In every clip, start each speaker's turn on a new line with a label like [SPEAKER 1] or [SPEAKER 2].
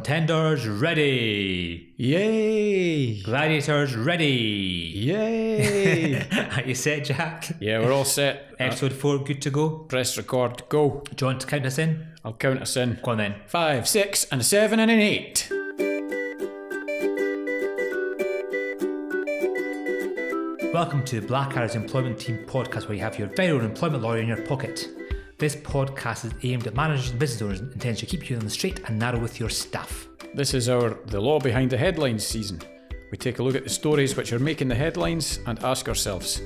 [SPEAKER 1] Contenders ready.
[SPEAKER 2] Yay!
[SPEAKER 1] Gladiators ready.
[SPEAKER 2] Yay!
[SPEAKER 1] Are you set, Jack?
[SPEAKER 2] yeah, we're all set.
[SPEAKER 1] Episode 4, good to go.
[SPEAKER 2] Press record, go.
[SPEAKER 1] Do you want to count us in?
[SPEAKER 2] I'll count us in.
[SPEAKER 1] Go on then.
[SPEAKER 2] Five, six, and a seven, and an eight.
[SPEAKER 1] Welcome to the Black Arrows Employment Team podcast, where you have your very own employment lawyer in your pocket. This podcast is aimed at managers and business owners and intends to keep you on the straight and narrow with your staff.
[SPEAKER 2] This is our The Law Behind the Headlines season. We take a look at the stories which are making the headlines and ask ourselves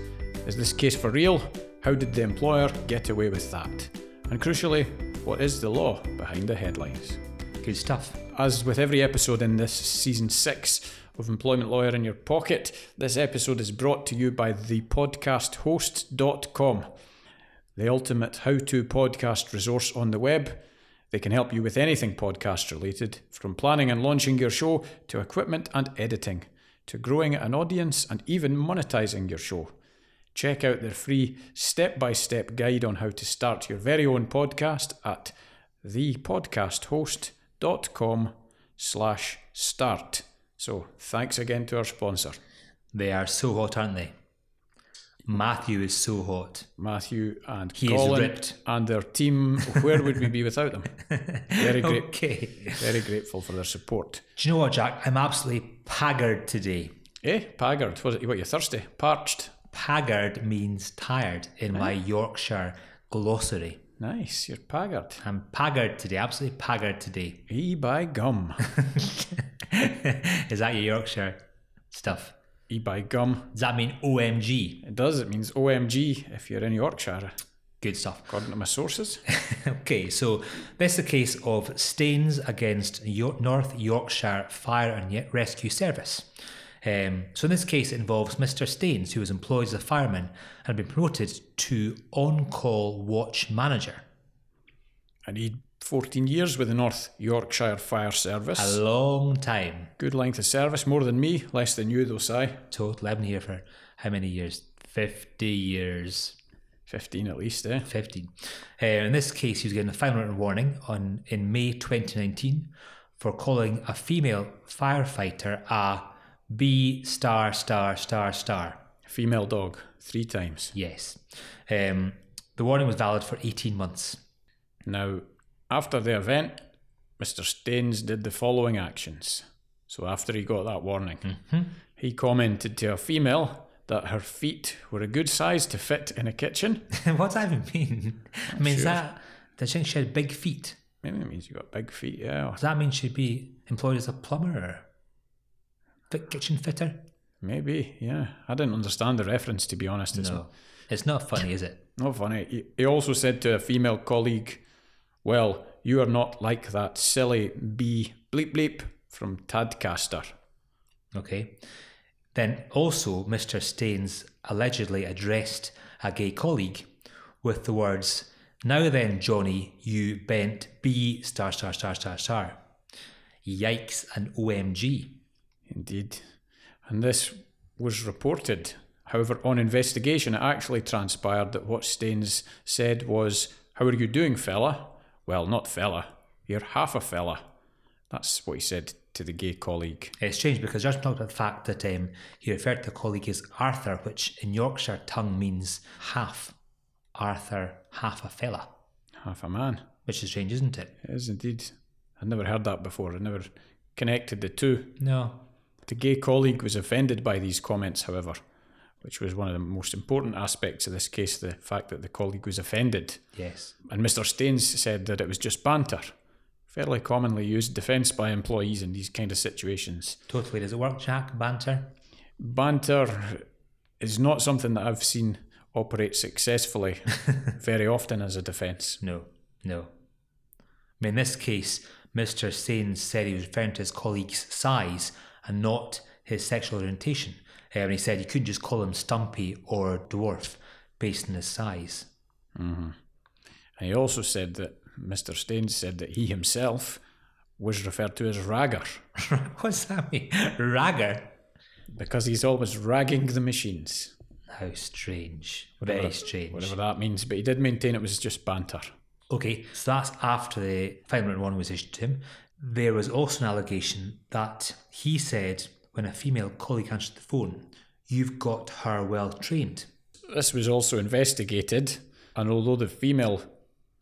[SPEAKER 2] is this case for real? How did the employer get away with that? And crucially, what is the law behind the headlines?
[SPEAKER 1] Good stuff.
[SPEAKER 2] As with every episode in this season six of Employment Lawyer in Your Pocket, this episode is brought to you by thepodcasthost.com, the ultimate how to podcast resource on the web. They can help you with anything podcast related, from planning and launching your show to equipment and editing, to growing an audience and even monetizing your show. Check out their free step by step guide on how to start your very own podcast at thepodcasthost.com slash start. So thanks again to our sponsor.
[SPEAKER 1] They are so hot, aren't they? Matthew is so hot.
[SPEAKER 2] Matthew and
[SPEAKER 1] He is
[SPEAKER 2] Colin
[SPEAKER 1] ripped.
[SPEAKER 2] and their team, where would we be without them? Very great,
[SPEAKER 1] Okay.
[SPEAKER 2] very grateful for their support.
[SPEAKER 1] Do you know what, Jack? I'm absolutely haggard today.
[SPEAKER 2] Eh, Paggard, was it? What you're thirsty, parched?
[SPEAKER 1] Haggard means tired in my Yorkshire glossary.
[SPEAKER 2] Nice, you're Paggard.
[SPEAKER 1] I'm paggard today, absolutely paggard today.
[SPEAKER 2] E by gum,
[SPEAKER 1] Is that your Yorkshire stuff?
[SPEAKER 2] e by gum.
[SPEAKER 1] Does that mean OMG?
[SPEAKER 2] It does. It means OMG if you're in Yorkshire,
[SPEAKER 1] Good stuff.
[SPEAKER 2] according to my sources.
[SPEAKER 1] okay, so this is a case of Staines against York- North Yorkshire Fire and Ye- Rescue Service. Um, so in this case, it involves Mr. Staines, who was employed as a fireman and had been promoted to on-call watch manager.
[SPEAKER 2] I need 14 years with the North Yorkshire Fire
[SPEAKER 1] A
[SPEAKER 2] Service.
[SPEAKER 1] long time.
[SPEAKER 2] Good length of service, more than me, less than you though, Si.
[SPEAKER 1] Total, I've been here for how many years? 50 years.
[SPEAKER 2] 15 at least, eh?
[SPEAKER 1] 15. Uh, in this case, he was given a final written warning on in May 2019 for calling a female firefighter a B star star star star.
[SPEAKER 2] Female dog, three times.
[SPEAKER 1] Yes. Um, the warning was valid for 18 months.
[SPEAKER 2] Now, after the event, Mr. Staines did the following actions. So, after he got that warning, he commented to a female that her feet were a good size to fit in a kitchen.
[SPEAKER 1] What's that even mean? I mean, is
[SPEAKER 2] Sure.
[SPEAKER 1] that does she think she had big feet?
[SPEAKER 2] Maybe it means you got big feet, yeah. Or
[SPEAKER 1] Does that mean she'd be employed as a plumber or fit kitchen fitter?
[SPEAKER 2] maybe, yeah. I didn't understand the reference, to be honest. It's
[SPEAKER 1] No. It's not funny, is it?
[SPEAKER 2] not Oh, funny. He- He also said to a female colleague, Well, you are not like that silly bee bleep bleep from Tadcaster.
[SPEAKER 1] Okay. Then also, Mr. Staines allegedly addressed a gay colleague with the words, Now then, Johnny, you bent B star star star star star. Yikes and OMG.
[SPEAKER 2] Indeed. And this was reported. However, on investigation, it actually transpired that what Staines said was, How are you doing, fella? Well, not fella. You're half a fella. That's what he said to the gay colleague.
[SPEAKER 1] It's strange because Judge talked about the fact that um, he referred to the colleague as Arthur, which in Yorkshire tongue means half. Arthur, half a fella,
[SPEAKER 2] Half a man.
[SPEAKER 1] which is strange, isn't it?
[SPEAKER 2] It is indeed. I'd never heard that before. I never connected the two.
[SPEAKER 1] No.
[SPEAKER 2] The gay colleague was offended by these comments, however, which was one of the most important aspects of this case the fact that the colleague was offended.
[SPEAKER 1] Yes.
[SPEAKER 2] And Mr. Staines said that it was just banter, fairly commonly used defence by employees in these kind of situations.
[SPEAKER 1] Totally. Does it work, Jack? Banter?
[SPEAKER 2] Banter is not something that I've seen operate successfully very often as a defence.
[SPEAKER 1] No, no. I mean, in this case, Mr. Sains said he was referring to his colleague's size and not his sexual orientation. Um, and he said you couldn't just call him stumpy or dwarf based on his size.
[SPEAKER 2] And he also said that Mr. Staines said that he himself was referred to as ragger
[SPEAKER 1] What's that mean? Ragger?
[SPEAKER 2] because he's always ragging the machines.
[SPEAKER 1] How strange. Very strange.
[SPEAKER 2] whatever that means. But he did maintain it was just banter.
[SPEAKER 1] Okay, so that's after the final written warning was issued to him. There was also an allegation that he said when a female colleague answered the phone, You've got her well trained.
[SPEAKER 2] This was also investigated, and although the female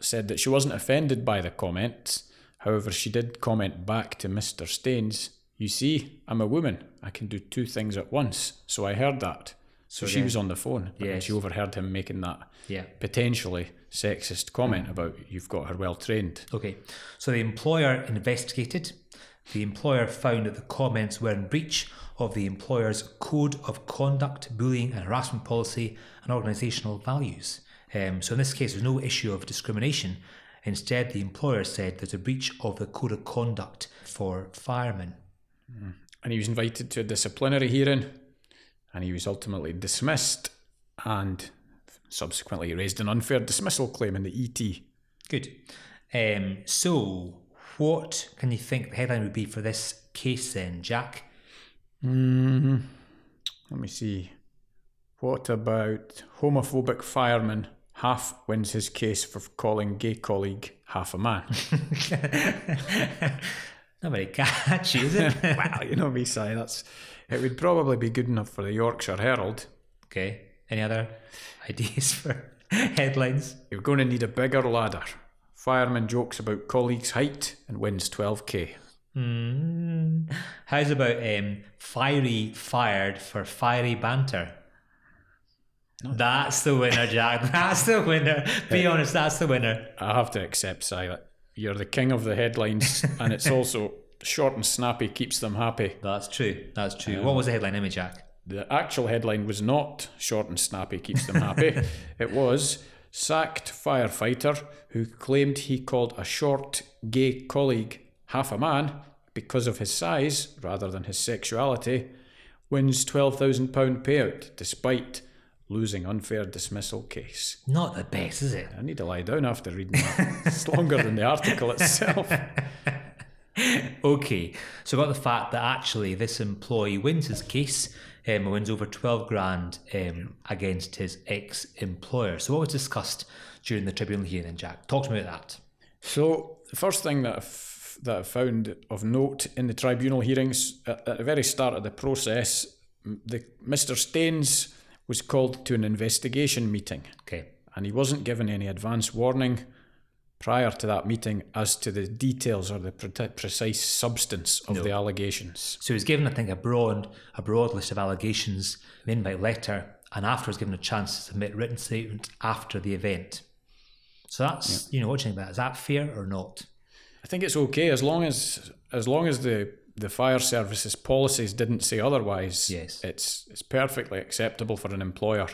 [SPEAKER 2] said that she wasn't offended by the comments, however, she did comment back to Mr. Staines, You see, I'm a woman. I can do two things at once. So I heard that. So, she
[SPEAKER 1] then-
[SPEAKER 2] was on the phone, but then
[SPEAKER 1] Yes.
[SPEAKER 2] she overheard him making that
[SPEAKER 1] Yeah.
[SPEAKER 2] potentially sexist comment
[SPEAKER 1] Mm.
[SPEAKER 2] about you've got her well trained.
[SPEAKER 1] Okay. So the employer investigated. The employer found that the comments were in breach of the employer's code of conduct, bullying and harassment policy, and organisational values. Um, so in this case, there's no issue of discrimination. Instead, the employer said there's a breach of the code of conduct for firemen.
[SPEAKER 2] And he was invited to a disciplinary hearing and he was ultimately dismissed and subsequently raised an unfair dismissal claim in the E ET.
[SPEAKER 1] Good. Um, so, what can you think the headline would be for this case then, Jack?
[SPEAKER 2] Mm, let me see. What about homophobic fireman half wins his case for calling gay colleague half a man?
[SPEAKER 1] Not very catchy, is it?
[SPEAKER 2] wow, you know me, Si, that's it would probably be good enough for the Yorkshire Herald.
[SPEAKER 1] Okay. Any other ideas for headlines?
[SPEAKER 2] You're going to need a bigger ladder. Fireman jokes about colleague's height and wins 12k.
[SPEAKER 1] Hmm. How's about um, fiery fired for fiery banter? That's the winner, Jack. That's the winner. Be honest, that's the winner.
[SPEAKER 2] I have to accept, Si, that you're the king of the headlines, and it's also short and snappy, keeps them happy.
[SPEAKER 1] That's true. That's true. what was the headline image, Jack?
[SPEAKER 2] The actual headline was not short and snappy, keeps them happy. it was sacked firefighter who claimed he called a short gay colleague half a man because of his size rather than his sexuality wins £12,000 payout despite losing unfair dismissal case.
[SPEAKER 1] Not the best, is it?
[SPEAKER 2] I need to lie down after reading that. it's longer than the article itself.
[SPEAKER 1] Okay, so about the fact that actually this employee wins his case, um, wins over 12 grand um, against his ex employer. So, what was discussed during the tribunal hearing, Jack? Talk to me about that.
[SPEAKER 2] So the first thing that I f- that I found of note in the tribunal hearings at, at the very start of the process, m- the Mr. Staines was called to an investigation meeting,
[SPEAKER 1] Okay,
[SPEAKER 2] and he wasn't given any advance warning prior to that meeting as to the details or the pre- precise substance of the allegations.
[SPEAKER 1] so he was given, I think, a broad, a broad list of allegations, an invite letter, and after was given a chance to submit written statement after the event. So that's, you know, what do you think about that? Is that fair or not?
[SPEAKER 2] I think it's okay as long as as long as the the fire services policies didn't say otherwise.
[SPEAKER 1] Yes.
[SPEAKER 2] it's it's perfectly acceptable for an employer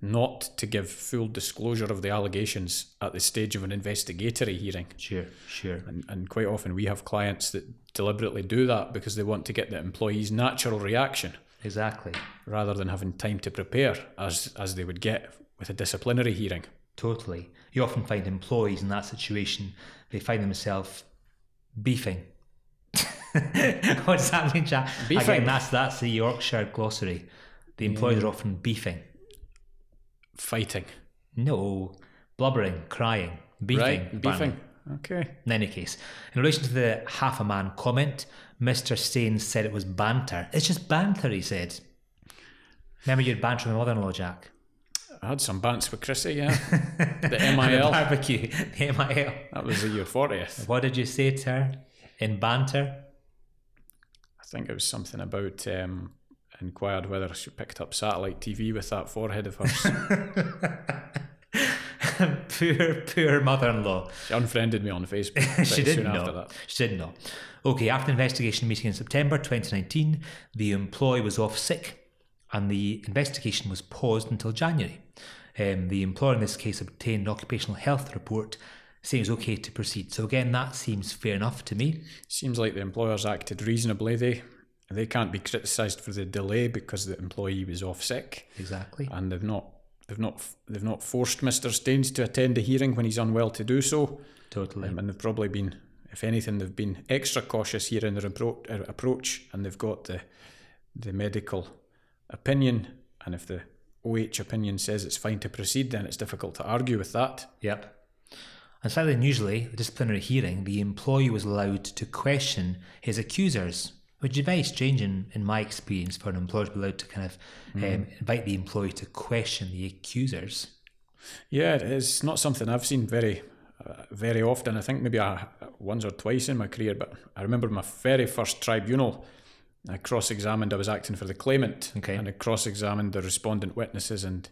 [SPEAKER 2] not to give full disclosure of the allegations at the stage of an investigatory hearing.
[SPEAKER 1] Sure, sure.
[SPEAKER 2] And, and quite often we have clients that deliberately do that because they want to get the employee's natural reaction
[SPEAKER 1] Exactly.
[SPEAKER 2] rather than having time to prepare as as they would get with a disciplinary hearing.
[SPEAKER 1] Totally. You often find employees in that situation, they find themselves beefing. what does that mean, Jack?
[SPEAKER 2] Beefing.
[SPEAKER 1] Again, that's, that's the Yorkshire glossary. The employees are often beefing.
[SPEAKER 2] Fighting,
[SPEAKER 1] No, blubbering, crying, beefing.
[SPEAKER 2] right?
[SPEAKER 1] apparently.
[SPEAKER 2] Beefing. Okay.
[SPEAKER 1] In any case, in relation to the half a man comment, Mr. Staines said it was banter. It's just banter, he said. Remember your banter with my mother in law, Jack?
[SPEAKER 2] I had some bants with Chrissy, yeah. The MIL.
[SPEAKER 1] Barbecue, the MIL.
[SPEAKER 2] That was the year 40th.
[SPEAKER 1] What did you say to her in banter?
[SPEAKER 2] I think it was something about um, inquired whether she picked up satellite TV with that forehead of hers. she
[SPEAKER 1] poor, poor mother-in-law.
[SPEAKER 2] unfriended me on Facebook. pretty
[SPEAKER 1] She didn't
[SPEAKER 2] soon after
[SPEAKER 1] know.
[SPEAKER 2] that.
[SPEAKER 1] She didn't know. Okay, after the investigation meeting in September 2019, the employee was off sick, and the investigation was paused until January. Um, the employer in this case obtained an occupational health report saying it was okay to proceed. So again, that seems fair enough to me.
[SPEAKER 2] Seems like the employers acted reasonably. They they can't be criticised for the delay because the employee was off sick,
[SPEAKER 1] Exactly.
[SPEAKER 2] and they've not they've not they've not forced Mr. Staines to attend a hearing when he's unwell to do so.
[SPEAKER 1] Totally.
[SPEAKER 2] Um, and they've probably been, if anything, they've been extra cautious here in their appro- uh, approach, and they've got the the medical opinion. And if the OH opinion says it's fine to proceed, then it's difficult to argue with that.
[SPEAKER 1] Yep. And slightly unusually, the disciplinary hearing, the employee was allowed to question his accusers, which is very strange in, in my experience for an employer to be allowed to kind of um, invite the employee to question the accusers.
[SPEAKER 2] Yeah, it's not something I've seen very, uh, very often. I think maybe I, once or twice in my career, but I remember my very first tribunal. I cross-examined. I was acting for the claimant,
[SPEAKER 1] Okay.
[SPEAKER 2] and I cross-examined the respondent witnesses and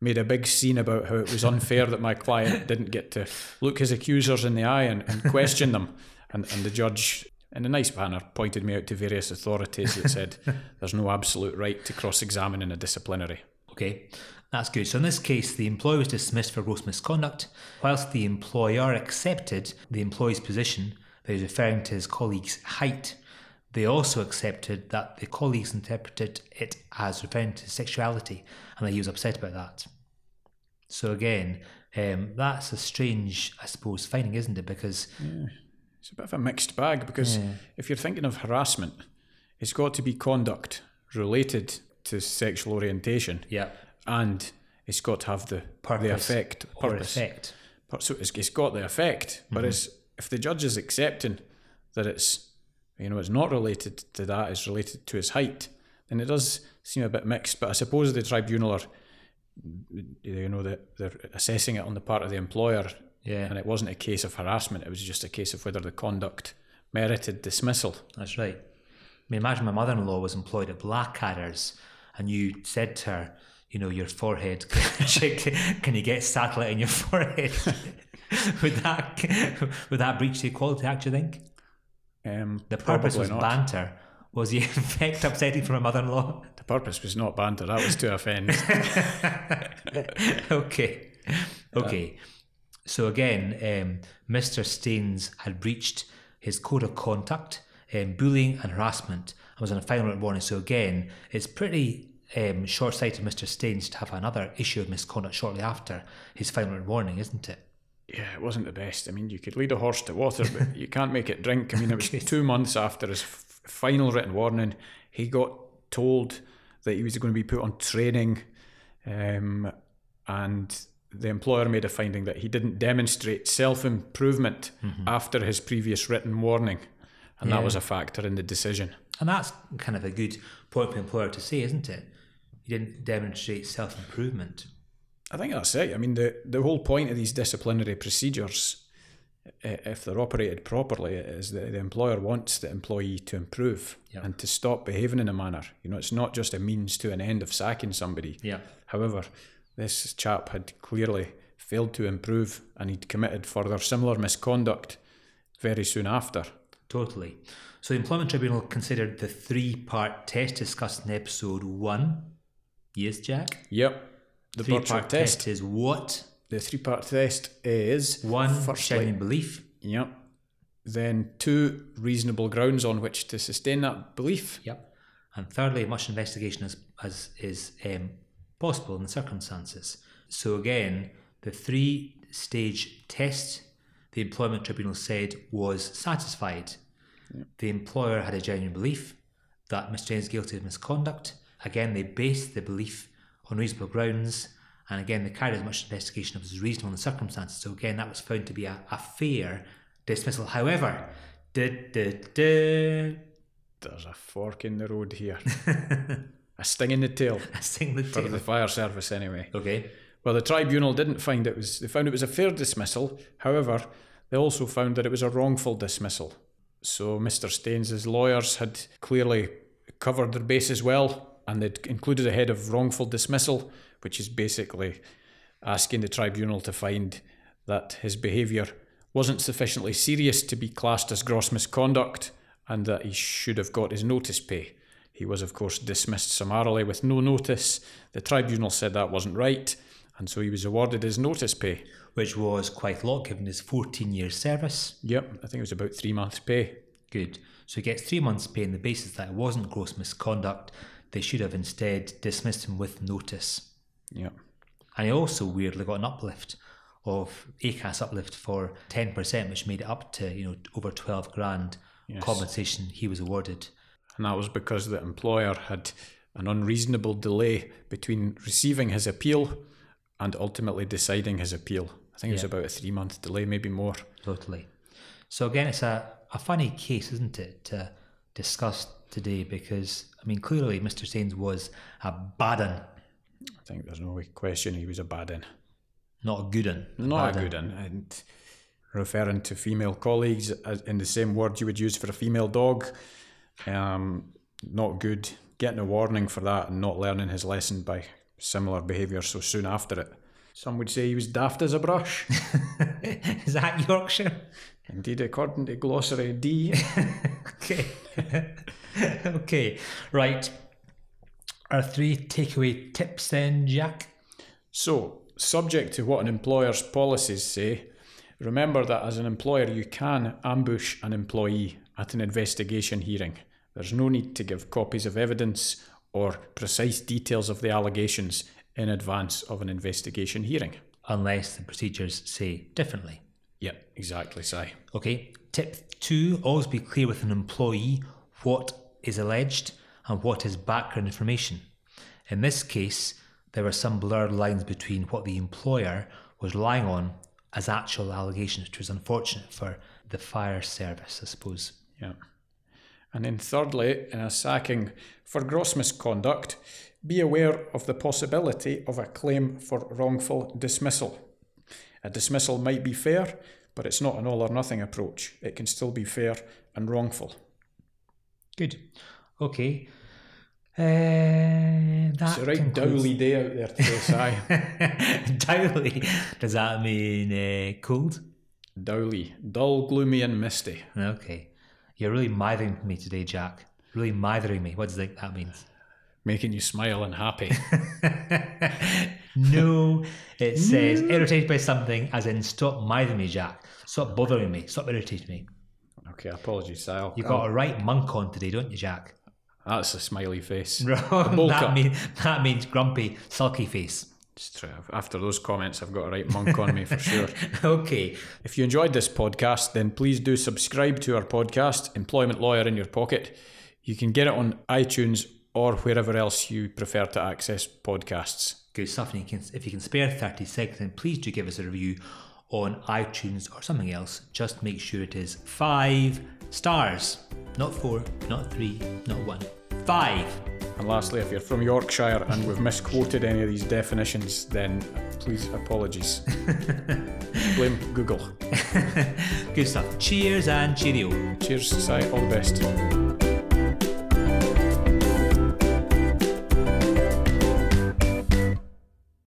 [SPEAKER 2] made a big scene about how it was unfair that my client didn't get to look his accusers in the eye and, and question them. And, and the judge, in a nice manner, pointed me out to various authorities that said there's no absolute right to cross-examine in a disciplinary.
[SPEAKER 1] Okay, that's good. So in this case, the employee was dismissed for gross misconduct, whilst the employer accepted the employee's position that he was referring to his colleague's height. They also accepted that the colleagues interpreted it as referring to sexuality and that he was upset about that. So again, um, that's a strange, I suppose, finding, isn't it? Because
[SPEAKER 2] It's a bit of a mixed bag because if you're thinking of harassment, it's got to be conduct related to sexual orientation,
[SPEAKER 1] yeah,
[SPEAKER 2] and it's got to have the the
[SPEAKER 1] Purpose
[SPEAKER 2] effect
[SPEAKER 1] or
[SPEAKER 2] purpose.
[SPEAKER 1] effect. Mm-hmm.
[SPEAKER 2] Pur- So it's, it's got the effect, but it's if the judge is accepting that it's you know it's not related to that, it's related to his height, then it does seem a bit mixed. But I suppose the tribunal are you know that they're assessing it on the part of the employer
[SPEAKER 1] Yeah,
[SPEAKER 2] and it wasn't a case of harassment, it was just a case of whether the conduct merited dismissal.
[SPEAKER 1] That's right. I mean, imagine my mother in law was employed at Blackadder's and you said to her, you know, your forehead, can you get satellite in your forehead? would that would that breach the Equality Act, do you think?
[SPEAKER 2] Um,
[SPEAKER 1] The purpose
[SPEAKER 2] probably
[SPEAKER 1] was
[SPEAKER 2] not.
[SPEAKER 1] banter. Was the effect upsetting for my mother in law?
[SPEAKER 2] The purpose was not banter, that was to offend.
[SPEAKER 1] okay. Okay. So again, um, Mr. Staines had breached his code of conduct, um, bullying and harassment, and was on a final written warning. So again, it's pretty um, short-sighted of Mr. Staines to have another issue of misconduct shortly after his final written warning, isn't it?
[SPEAKER 2] yeah, it wasn't the best. I mean, you could lead a horse to water, but you can't make it drink. I mean, it was two months after his f- final written warning, he got told that he was going to be put on training, um, and the employer made a finding that he didn't demonstrate self improvement
[SPEAKER 1] Mm-hmm.
[SPEAKER 2] after his previous written warning. And that was a factor in the decision.
[SPEAKER 1] And that's kind of a good point for the employer to say, isn't it? He didn't demonstrate self-improvement.
[SPEAKER 2] I think that's it. I mean, the, the whole point of these disciplinary procedures, i- if they're operated properly, is that the employer wants the employee to improve
[SPEAKER 1] Yeah.
[SPEAKER 2] and to stop behaving in a manner. You know, it's not just a means to an end of sacking somebody.
[SPEAKER 1] Yeah.
[SPEAKER 2] However, this chap had clearly failed to improve and he'd committed further similar misconduct very soon after.
[SPEAKER 1] Totally. So the Employment Tribunal considered the three part test discussed in episode one. Yes, Jack?
[SPEAKER 2] Yep. The
[SPEAKER 1] Three
[SPEAKER 2] Birchard
[SPEAKER 1] part
[SPEAKER 2] test.
[SPEAKER 1] test is what?
[SPEAKER 2] The three part test is
[SPEAKER 1] One,
[SPEAKER 2] firstly-
[SPEAKER 1] genuine belief.
[SPEAKER 2] Yep. Then two reasonable grounds on which to sustain that belief.
[SPEAKER 1] Yep. And thirdly, much investigation as, as is um, possible in the circumstances. So again, the three stage test the Employment Tribunal said was satisfied. The employer had a genuine belief that Mr. Jane is guilty of misconduct. Again, they based the belief on reasonable grounds. And again, they carried as much investigation as was reasonable in the circumstances. So again, that was found to be a, a fair dismissal. However, did
[SPEAKER 2] There's a fork in the road here. a sting in the tail
[SPEAKER 1] I sing the
[SPEAKER 2] for
[SPEAKER 1] tale.
[SPEAKER 2] the fire service, anyway.
[SPEAKER 1] Okay.
[SPEAKER 2] Well, the tribunal didn't find it was. They found it was a fair dismissal. However, they also found that it was a wrongful dismissal. So Mr. Staines' lawyers had clearly covered their bases well, and they'd included a head of wrongful dismissal, which is basically asking the tribunal to find that his behaviour wasn't sufficiently serious to be classed as gross misconduct, and that he should have got his notice pay. He was, of course, dismissed summarily with no notice. The tribunal said that wasn't right, and so he was awarded his notice pay.
[SPEAKER 1] Which was quite a lot given his 14 year service.
[SPEAKER 2] Yep, I think it was about three months' pay.
[SPEAKER 1] Good. So he gets three months' pay on the basis that it wasn't gross misconduct. They should have instead dismissed him with notice.
[SPEAKER 2] Yep.
[SPEAKER 1] And he also weirdly got an uplift of ACAS uplift for 10%, which made it up to, you know, over 12 grand compensation he was awarded.
[SPEAKER 2] And that was because the employer had an unreasonable delay between receiving his appeal and ultimately deciding his appeal. I think it was
[SPEAKER 1] Yeah.
[SPEAKER 2] about a three month delay, maybe more.
[SPEAKER 1] Totally. So again, it's a, a funny case, isn't it, to discuss today because I mean clearly Mr. Staines was a bad un,
[SPEAKER 2] I think there's no question he was a bad in.
[SPEAKER 1] not a good un.
[SPEAKER 2] Not
[SPEAKER 1] bad
[SPEAKER 2] a good in. And referring to female colleagues as- in the same word you would use for a female dog, um, not good. Getting a warning for that and not learning his lesson by similar behaviour so soon after it. Some would say he was daft as a brush.
[SPEAKER 1] un. Is that Yorkshire?
[SPEAKER 2] Indeed, according to Glossary D,
[SPEAKER 1] Okay. okay. Right. Our three takeaway tips then, Jack.
[SPEAKER 2] So, subject to what an employer's policies say, remember that as an employer, you can ambush an employee at an investigation hearing. There's no need to give copies of evidence or precise details of the allegations in advance of an investigation hearing.
[SPEAKER 1] Unless the procedures say differently.
[SPEAKER 2] Yep, exactly, Si.
[SPEAKER 1] Okay. Tip two always be clear with an employee what is alleged and what is background information. In this case, there were some blurred lines between what the employer was relying on as actual allegations, which was unfortunate for the fire service, I suppose.
[SPEAKER 2] Yeah. And then, thirdly, in a sacking for gross misconduct, be aware of the possibility of a claim for wrongful dismissal. A dismissal might be fair, but it's not an all or nothing approach. It can still be fair and wrongful.
[SPEAKER 1] Good. Okay. Uh, that
[SPEAKER 2] It's a right
[SPEAKER 1] concludes-
[SPEAKER 2] dowly day out there today, Si.
[SPEAKER 1] Dowly. Does that mean uh, cold?
[SPEAKER 2] dowly. Dull, gloomy, and misty.
[SPEAKER 1] Okay. You're really mithering me today, Jack. Really mithering me. What do you think that means?
[SPEAKER 2] Making you smile and happy.
[SPEAKER 1] no, it says irritated by something, as in stop mithering me, Jack. Stop bothering me. Stop irritating me.
[SPEAKER 2] okay, apologies, Si. I'll-
[SPEAKER 1] You got a right monk on today, don't you, Jack?
[SPEAKER 2] That's a smiley face. bulk
[SPEAKER 1] that,
[SPEAKER 2] up.
[SPEAKER 1] mean, that means grumpy, sulky face.
[SPEAKER 2] It's true. After those comments, I've got a right monk on me for sure.
[SPEAKER 1] Okay.
[SPEAKER 2] If you enjoyed this podcast, then please do subscribe to our podcast, Employment Lawyer in Your Pocket. You can get it on iTunes or wherever else you prefer to access podcasts.
[SPEAKER 1] Good stuff. And you can, if you can spare 30 seconds, then please do give us a review on iTunes or something else. Just make sure it is five stars, not four, not three, not one. Five.
[SPEAKER 2] And lastly, if you're from Yorkshire and we've misquoted any of these definitions, then please apologies. Blame Google.
[SPEAKER 1] Good stuff. Cheers and cheerio.
[SPEAKER 2] Cheers, Si. All the best.